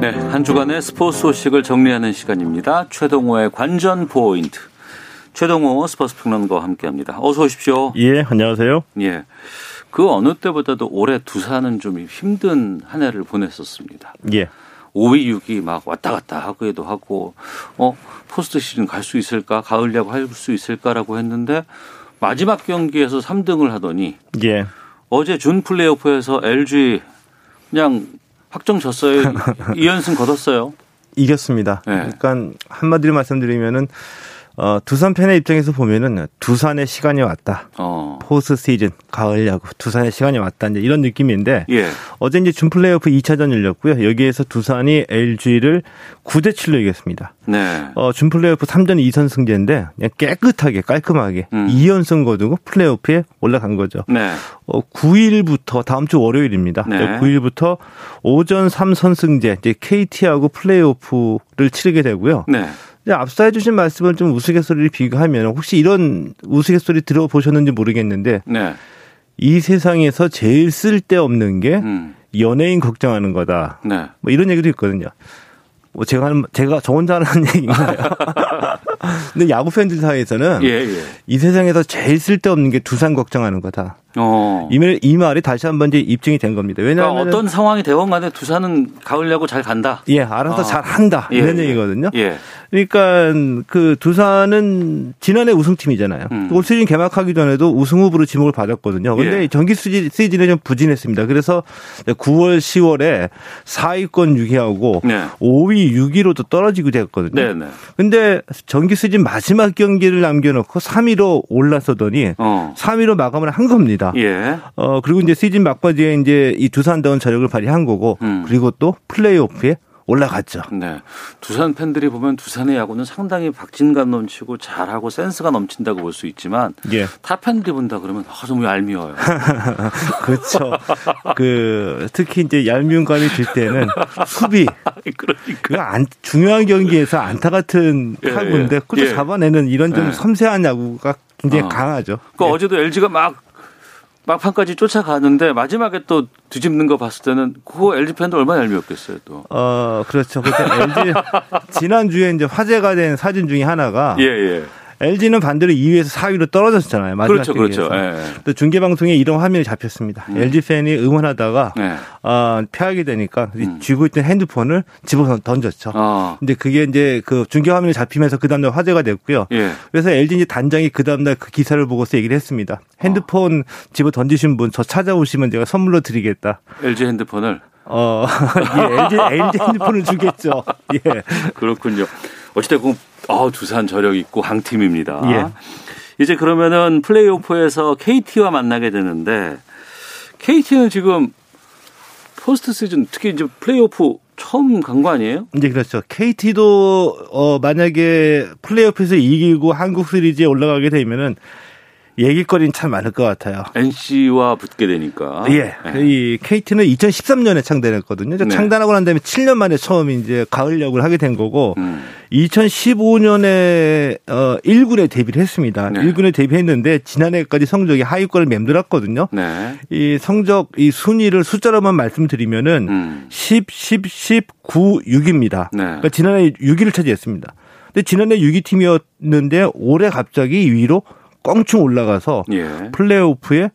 Speaker 2: 네, 한 주간의 스포츠 소식을 정리하는 시간입니다. 최동호의 관전 포인트. 최동호 스포츠 평론가와 함께합니다. 어서 오십시오.
Speaker 6: 예, 안녕하세요.
Speaker 2: 예. 그 어느 때보다도 올해 두산은 좀 힘든 한 해를 보냈었습니다.
Speaker 6: 예.
Speaker 2: 5위, 6위 막 왔다 갔다 하기도 하고, 어, 포스트 시즌 갈 수 있을까? 가을 야구 할 수 있을까라고 했는데, 마지막 경기에서 3등을 하더니,
Speaker 6: 예.
Speaker 2: 어제 준 플레이오프에서 LG 그냥 확정 졌어요. 2연승 거뒀어요.
Speaker 6: 이겼습니다.
Speaker 2: 네.
Speaker 6: 그러니까 한마디로 말씀드리면은 어, 두산 팬의 입장에서 보면은 두산의 시간이 왔다.
Speaker 2: 어.
Speaker 6: 포스트 시즌 가을 야구 두산의 시간이 왔다 이제 이런 느낌인데
Speaker 2: 예.
Speaker 6: 어제 이제 준 플레이오프 2차전 열렸고요. 여기에서 두산이 LG를 9대 7로 이겼습니다.
Speaker 2: 네.
Speaker 6: 어, 준 플레이오프 3전 2선 승제인데 그냥 깨끗하게 깔끔하게
Speaker 2: 음.
Speaker 6: 2연승 거두고 플레이오프에 올라간 거죠.
Speaker 2: 네.
Speaker 6: 어, 9일부터 다음 주 월요일입니다.
Speaker 2: 네.
Speaker 6: 9일부터 오전 3선승제 이제 KT하고 플레이오프를 치르게 되고요.
Speaker 2: 네.
Speaker 6: 이제 앞서 해주신 말씀을 좀 우스갯소리를 비교하면 혹시 이런 우스갯소리 들어보셨는지 모르겠는데
Speaker 2: 네.
Speaker 6: 이 세상에서 제일 쓸데없는 게
Speaker 2: 음.
Speaker 6: 연예인 걱정하는 거다.
Speaker 2: 네.
Speaker 6: 뭐 이런 얘기도 있거든요. 뭐 제가 하는 제가 저 혼자 하는 얘기인가요? 근데 야구 팬들 사이에서는
Speaker 2: 예, 예.
Speaker 6: 이 세상에서 제일 쓸데없는 게 두산 걱정하는 거다.
Speaker 2: 어.
Speaker 6: 이, 말, 이 말이 다시 한번 이제 입증이 된 겁니다.
Speaker 2: 그러니까
Speaker 6: 왜냐하면
Speaker 2: 어떤 상황이 되건 간에 두산은 가을야구 잘 간다.
Speaker 6: 예 알아서
Speaker 2: 아.
Speaker 6: 잘 한다
Speaker 2: 예,
Speaker 6: 이런
Speaker 2: 예.
Speaker 6: 얘기거든요.
Speaker 2: 예.
Speaker 6: 그러니까 그 두산은 지난해 우승팀이잖아요.
Speaker 2: 음.
Speaker 6: 올 시즌 개막하기 전에도 우승 후보로 지목을 받았거든요. 근데
Speaker 2: 예.
Speaker 6: 정기 수지- 시즌에 좀 부진했습니다. 그래서 9월, 10월에 4위권 6위하고
Speaker 2: 네.
Speaker 6: 5위, 6위로도 떨어지고 됐거든요.
Speaker 2: 네, 네.
Speaker 6: 근데 정기 시즌 마지막 경기를 남겨놓고 3위로 올라서더니
Speaker 2: 어.
Speaker 6: 3위로 마감을 한 겁니다.
Speaker 2: 예.
Speaker 6: 어 그리고 이제 시즌 막바지에 이제 이 두산다운 저력을 발휘한 거고
Speaker 2: 음.
Speaker 6: 그리고 또 플레이오프에 올라갔죠.
Speaker 2: 네. 두산 팬들이 보면 두산의 야구는 상당히 박진감 넘치고 잘하고 센스가 넘친다고 볼 수 있지만
Speaker 6: 예.
Speaker 2: 타 팬들이 본다 그러면 아, 너무 얄미워요.
Speaker 6: 그렇죠. 그 특히 이제 얄미운 감이 들 때는 수비
Speaker 2: 그러니까.
Speaker 6: 그 안, 중요한 경기에서 안타 같은
Speaker 2: 예,
Speaker 6: 타구인데
Speaker 2: 예.
Speaker 6: 그걸
Speaker 2: 예.
Speaker 6: 잡아내는 이런 좀
Speaker 2: 예.
Speaker 6: 섬세한 야구가 굉장히
Speaker 2: 어.
Speaker 6: 강하죠.
Speaker 2: 그 어제도 LG가 막 막판까지 쫓아가는데 마지막에 또 뒤집는 거 봤을 때는 그 LG 팬도 얼마나 얄미웠겠어요 또.
Speaker 6: 어 그렇죠. 그러니까 LG 지난 주에 이제 화제가 된 사진 중에 하나가
Speaker 2: 예, 예.
Speaker 6: LG는 반대로 2위에서 4위로 떨어졌잖아요. 마지막
Speaker 2: 그렇죠,
Speaker 6: 경기에서.
Speaker 2: 그렇죠. 예. 음.
Speaker 6: 또 중계 방송에 이런 화면이 잡혔습니다. LG 팬이 응원하다가
Speaker 2: 네.
Speaker 6: 어, 피하게 되니까 이 쥐고 있던 핸드폰을 집어서 던졌죠.
Speaker 2: 음. 아,
Speaker 6: 근데 그게 이제 그 중계 화면에 잡히면서 그 다음날 화제가 됐고요.
Speaker 2: 예.
Speaker 6: 그래서 LG 이제 단장이 그 다음날 그 기사를 보고서 얘기를 했습니다.
Speaker 2: 아.
Speaker 6: 핸드폰 집어 던지신 분 저 찾아오시면 제가 선물로 드리겠다.
Speaker 2: LG 핸드폰을
Speaker 6: 어, 예, LG, LG 핸드폰을 주겠죠. 예.
Speaker 2: 그렇군요. 어찌됐건 아, 두산 저력 있고 강팀입니다.
Speaker 6: 예.
Speaker 2: 이제 그러면은 플레이오프에서 KT와 만나게 되는데 KT는 지금 포스트 시즌 특히 이제 플레이오프 처음 간 거 아니에요?
Speaker 6: 이제 그렇죠. KT도 어 만약에 플레이오프에서 이기고 한국 시리즈에 올라가게 되면은 얘기거리는 참 많을 것 같아요.
Speaker 2: NC와 붙게 되니까.
Speaker 6: 예. 이 KT는 2013년에 창단했거든요. 이제
Speaker 2: 아, 네.
Speaker 6: 창단하고 난 다음에 7년 만에 처음 이제 가을 야구를 하게 된 거고
Speaker 2: 음.
Speaker 6: 2015년에 어 1군에 데뷔를 했습니다.
Speaker 2: 네.
Speaker 6: 1군에 데뷔했는데 지난해까지 성적이 하위권을 맴돌았거든요.
Speaker 2: 네.
Speaker 6: 이 성적 이 순위를 숫자로만 말씀드리면은
Speaker 2: 음.
Speaker 6: 10, 10, 10, 9, 6입니다.
Speaker 2: 네.
Speaker 6: 그러니까 지난해 6위를 차지했습니다. 근데 지난해 6위 팀이었는데 올해 갑자기 2위로 껑충 올라가서
Speaker 2: 예.
Speaker 6: 플레이오프에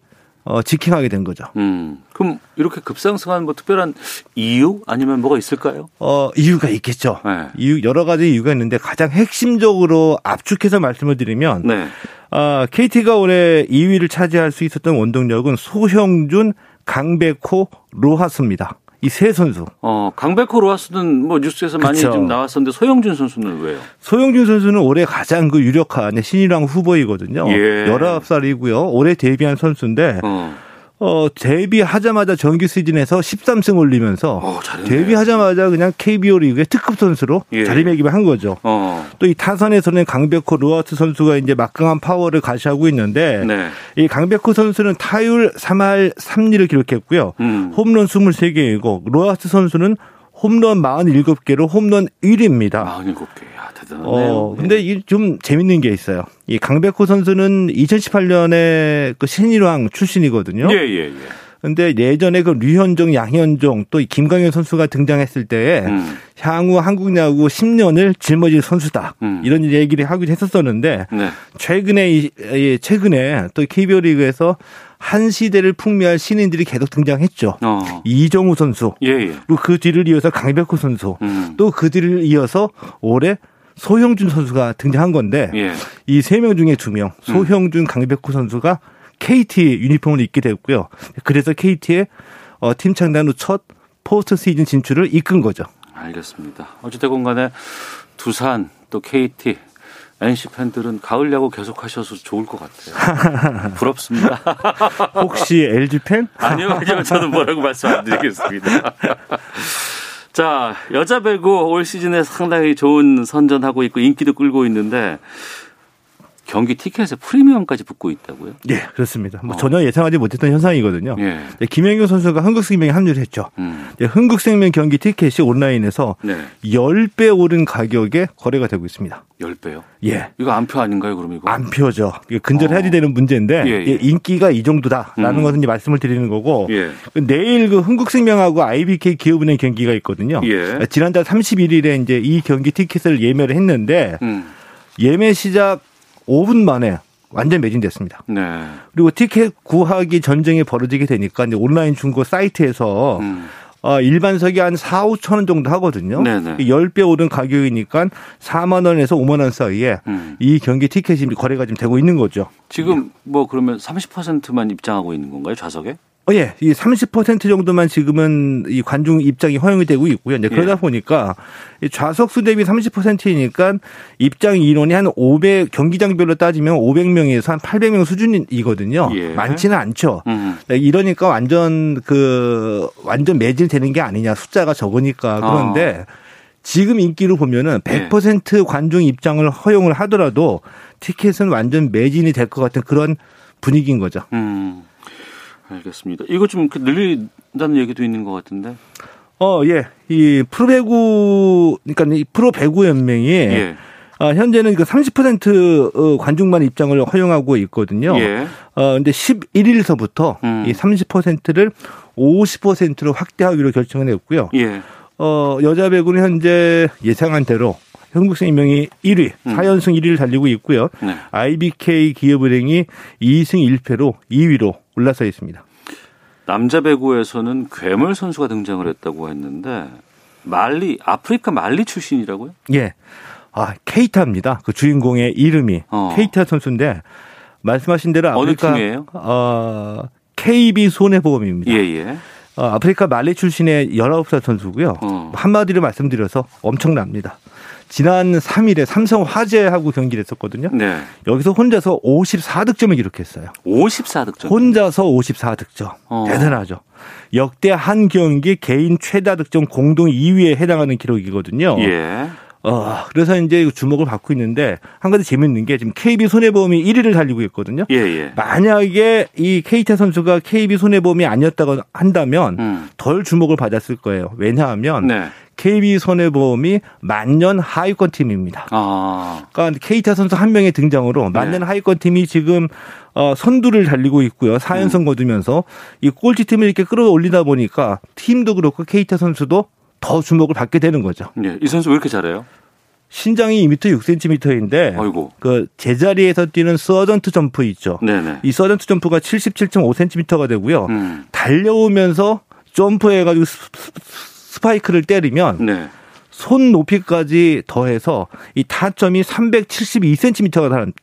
Speaker 6: 어, 직행하게 된 거죠.
Speaker 2: 음. 그럼 이렇게 급상승한 뭐 특별한 이유 아니면 뭐가 있을까요?
Speaker 6: 어, 이유가 있겠죠.
Speaker 2: 네.
Speaker 6: 이유, 여러 가지 이유가 있는데 가장 핵심적으로 압축해서 말씀을 드리면
Speaker 2: 네.
Speaker 6: 아, KT가 올해 2위를 차지할 수 있었던 원동력은 소형준, 강백호, 로하스입니다. 이 세 선수.
Speaker 2: 어, 강백호 로하스는 뭐 뉴스에서 많이
Speaker 6: 그쵸.
Speaker 2: 좀 나왔었는데 소영준 선수는 왜요?
Speaker 6: 소영준 선수는 올해 가장 그 유력한 신인왕 후보이거든요.
Speaker 2: 예.
Speaker 6: 19살이고요. 올해 데뷔한 선수인데
Speaker 2: 어.
Speaker 6: 어, 데뷔하자마자 정규 시즌에서 13승 올리면서
Speaker 2: 어, 잘했네.
Speaker 6: 데뷔하자마자 그냥 KBO 리그의 특급 선수로
Speaker 2: 예.
Speaker 6: 자리매김을 한 거죠.
Speaker 2: 어.
Speaker 6: 또 이 타선에서는 강백호 로하트 선수가 이제 막강한 파워를 가시하고 있는데
Speaker 2: 네.
Speaker 6: 이 강백호 선수는 타율 3할 3리를 기록했고요.
Speaker 2: 음.
Speaker 6: 홈런 23개이고 로하트 선수는 홈런 47개로 홈런 1위입니다.
Speaker 2: 47개. 야, 아, 대단하네요.
Speaker 6: 어, 근데 이 좀 재밌는 게 있어요. 이 강백호 선수는 2018년에 그 신일왕 출신이거든요.
Speaker 2: 예, 예, 예.
Speaker 6: 근데 예전에 그 류현종, 양현종 또 이 김강현 선수가 등장했을 때에
Speaker 2: 음.
Speaker 6: 향후 한국 야구 10년을 짊어질 선수다
Speaker 2: 음.
Speaker 6: 이런 얘기를 하기도 했었었는데
Speaker 2: 네.
Speaker 6: 최근에 이- 예, 최근에 또 KBO 리그에서 한 시대를 풍미할 신인들이 계속 등장했죠.
Speaker 2: 어.
Speaker 6: 이정우 선수
Speaker 2: 예, 예.
Speaker 6: 그리고 그 뒤를 이어서 강백호 선수
Speaker 2: 음.
Speaker 6: 또 그 뒤를 이어서 올해 소형준 선수가 등장한 건데
Speaker 2: 예. 음.
Speaker 6: 이 세 명 중에 두 명 소형준 강백호 선수가 KT 유니폼을 입게 됐고요. 그래서 KT의 팀 창단 후 첫 포스트 시즌 진출을 이끈 거죠.
Speaker 2: 알겠습니다. 어찌됐건 간에 두산 또 KT NC 팬들은 가을 야구 계속 하셔서 좋을 것 같아요. 부럽습니다.
Speaker 6: 혹시 LG 팬?
Speaker 2: 아니요, 아니요. 저는 뭐라고 말씀 안 드리겠습니다. 자, 여자 배구 올 시즌에 상당히 좋은 선전하고 있고 인기도 끌고 있는데 경기 티켓에 프리미엄까지 붙고 있다고요?
Speaker 6: 예, 그렇습니다. 뭐
Speaker 2: 어.
Speaker 6: 전혀 예상하지 못했던 현상이거든요.
Speaker 2: 예.
Speaker 6: 네, 김연경 선수가 한국생명에 합류를 했죠.
Speaker 2: 음.
Speaker 6: 네, 흥국생명 경기 티켓이 온라인에서
Speaker 2: 네.
Speaker 6: 10배 오른 가격에 거래가 되고 있습니다.
Speaker 2: 10배요.
Speaker 6: 예.
Speaker 2: 이거 안표 아닌가요, 그럼 이거?
Speaker 6: 안 피워져. 이게 근절해야 되는 문제인데
Speaker 2: 예, 예.
Speaker 6: 이게 인기가 이 정도다라는
Speaker 2: 음.
Speaker 6: 것은 이제 말씀을 드리는 거고
Speaker 2: 예.
Speaker 6: 내일 그 흥국생명하고 IBK 기업은행 경기가 있거든요.
Speaker 2: 예.
Speaker 6: 지난달 31일에 이제 이 경기 티켓을 예매를 했는데
Speaker 2: 음.
Speaker 6: 예매 시작 5분 만에 완전 매진됐습니다.
Speaker 2: 네.
Speaker 6: 그리고 티켓 구하기 전쟁이 벌어지게 되니까 이제 온라인 중고 사이트에서
Speaker 2: 음.
Speaker 6: 어, 일반석이 한 4, 5천 원 정도 하거든요.
Speaker 2: 네네.
Speaker 6: 10배 오른 가격이니까 4만 원에서 5만 원 사이에
Speaker 2: 음.
Speaker 6: 이 경기 티켓이 지금 거래가 지금 되고 있는 거죠.
Speaker 2: 지금 뭐 그러면 30%만 입장하고 있는 건가요, 좌석에?
Speaker 6: 어, 예. 이 30% 정도만 지금은 이 관중 입장이 허용이 되고 있고요. 이제 그러다
Speaker 2: 예.
Speaker 6: 보니까 이 좌석수 대비 30%이니까 입장 인원이 한 500, 경기장별로 따지면 500명에서 한 800명 수준이거든요.
Speaker 2: 예.
Speaker 6: 많지는 않죠.
Speaker 2: 음.
Speaker 6: 네, 이러니까 완전 그 완전 매진되는 게 아니냐 숫자가 적으니까 그런데
Speaker 2: 아.
Speaker 6: 지금 인기를 보면은
Speaker 2: 예.
Speaker 6: 100% 관중 입장을 허용을 하더라도 티켓은 완전 매진이 될 것 같은 그런 분위기인 거죠.
Speaker 2: 음. 알겠습니다. 이거 좀 그 늘린다는 얘기도 있는 것 같은데.
Speaker 6: 어, 예. 이 프로배구 그러니까 이 프로배구 연맹이
Speaker 2: 예.
Speaker 6: 아, 현재는 그 30% 관중만 입장을 허용하고 있거든요.
Speaker 2: 예.
Speaker 6: 어, 근데 11일서부터
Speaker 2: 음.
Speaker 6: 이 30%를 50%로 확대하기로 결정을 냈고요.
Speaker 2: 예.
Speaker 6: 어, 여자 배구는 현재 예상한 대로 흥국생명이 1위,
Speaker 2: 음.
Speaker 6: 4연승 1위를 달리고 있고요.
Speaker 2: 네.
Speaker 6: IBK 기업은행이 2승 1패로 2위로 올라서 있습니다.
Speaker 2: 남자 배구에서는 괴물 선수가 등장을 했다고 했는데 말리 아프리카 말리 출신이라고요?
Speaker 6: 예. 아, 케이타입니다. 그 주인공의 이름이
Speaker 2: 어.
Speaker 6: 케이타 선수인데 말씀하신 대로
Speaker 2: 어느
Speaker 6: 아프리카
Speaker 2: 팀이에요?
Speaker 6: 어, KB 손해보험입니다.
Speaker 2: 예, 예.
Speaker 6: 어, 아프리카 말리 출신의 19살 선수고요.
Speaker 2: 어.
Speaker 6: 한마디로 말씀드려서 엄청납니다. 지난 3일에 삼성 화재하고 경기를 했었거든요.
Speaker 2: 네.
Speaker 6: 여기서 혼자서 54득점을 기록했어요.
Speaker 2: 54득점.
Speaker 6: 혼자서 54득점.
Speaker 2: 어.
Speaker 6: 대단하죠. 역대 한 경기 개인 최다 득점 공동 2위에 해당하는 기록이거든요.
Speaker 2: 예.
Speaker 6: 어, 그래서 이제 주목을 받고 있는데 한 가지 재밌는 게 지금 KB 손해보험이 1위를 달리고 있거든요.
Speaker 2: 예, 예.
Speaker 6: 만약에 이 케이타 선수가 KB 손해보험이 아니었다고 한다면
Speaker 2: 음.
Speaker 6: 덜 주목을 받았을 거예요. 왜냐하면
Speaker 2: 네.
Speaker 6: KB 손해보험이 만년 하위권 팀입니다.
Speaker 2: 아. 네.
Speaker 6: 그러니까 케이타 선수 한 명의 등장으로 만년 하위권 팀이 지금 어, 선두를 달리고 있고요.
Speaker 2: 음.
Speaker 6: 4연승 거두면서 이 꼴찌 팀을 이렇게 끌어올리다 보니까 팀도 그렇고 케이타 선수도 더 주목을 받게 되는 거죠.
Speaker 2: 예. 이 선수 왜 이렇게 잘해요?
Speaker 6: 신장이 2m 6cm인데
Speaker 2: 아이고.
Speaker 6: 그 제자리에서 뛰는 서던트 점프 있죠.
Speaker 2: 네, 네.
Speaker 6: 이 서던트 점프가 77.5cm가 되고요.
Speaker 2: 음.
Speaker 6: 달려오면서 점프해가지고 스- 스- 스파이크를 때리면
Speaker 2: 네.
Speaker 6: 손 높이까지 더해서 이 타점이 372cm가 달합니다.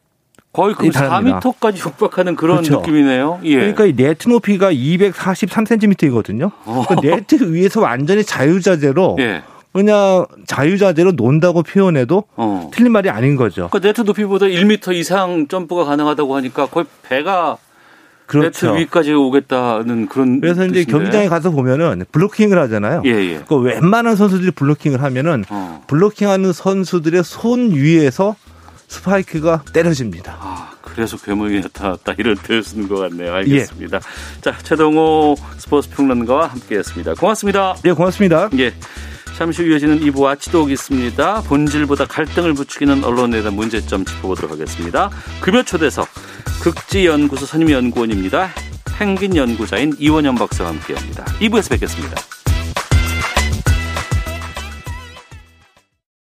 Speaker 2: 거의 그
Speaker 6: 이 사람이다.
Speaker 2: 4m까지 육박하는 그런
Speaker 6: 그렇죠.
Speaker 2: 느낌이네요. 예.
Speaker 6: 그러니까 이 네트 높이가 243cm이거든요. 그러니까 네트 위에서 완전히 자유자재로
Speaker 2: 어. 예.
Speaker 6: 그냥 자유자재로 논다고 표현해도
Speaker 2: 어.
Speaker 6: 틀린 말이 아닌 거죠.
Speaker 2: 그러니까 네트 높이보다 1m 이상 점프가 가능하다고 하니까 거의 배가
Speaker 6: 그렇죠.
Speaker 2: 그러니까 네트 위까지 오겠다는 그런
Speaker 6: 그래서 이제
Speaker 2: 뜻인데.
Speaker 6: 경기장에 가서 보면은 블로킹을 하잖아요.
Speaker 2: 예, 예.
Speaker 6: 그 웬만한 선수들이 블로킹을 하면은
Speaker 2: 어.
Speaker 6: 블로킹하는 선수들의 손 위에서 스파이크가 때려집니다.
Speaker 2: 아, 그래서 괴물이 나타났다 이런 표현 쓰는 것 같네요. 알겠습니다. 자, 최동호 스포츠 평론가와 함께했습니다. 고맙습니다.
Speaker 6: 예, 고맙습니다.
Speaker 2: 예. 잠시 후 이어지는 2부 아치독 있습니다. 본질보다 갈등을 부추기는 언론에 대한 문제점 짚어보도록 하겠습니다. 급여 초대석 극지연구소 선임연구원입니다. 펭귄 연구자인 이원영 박사와 함께합니다. 2부에서 뵙겠습니다.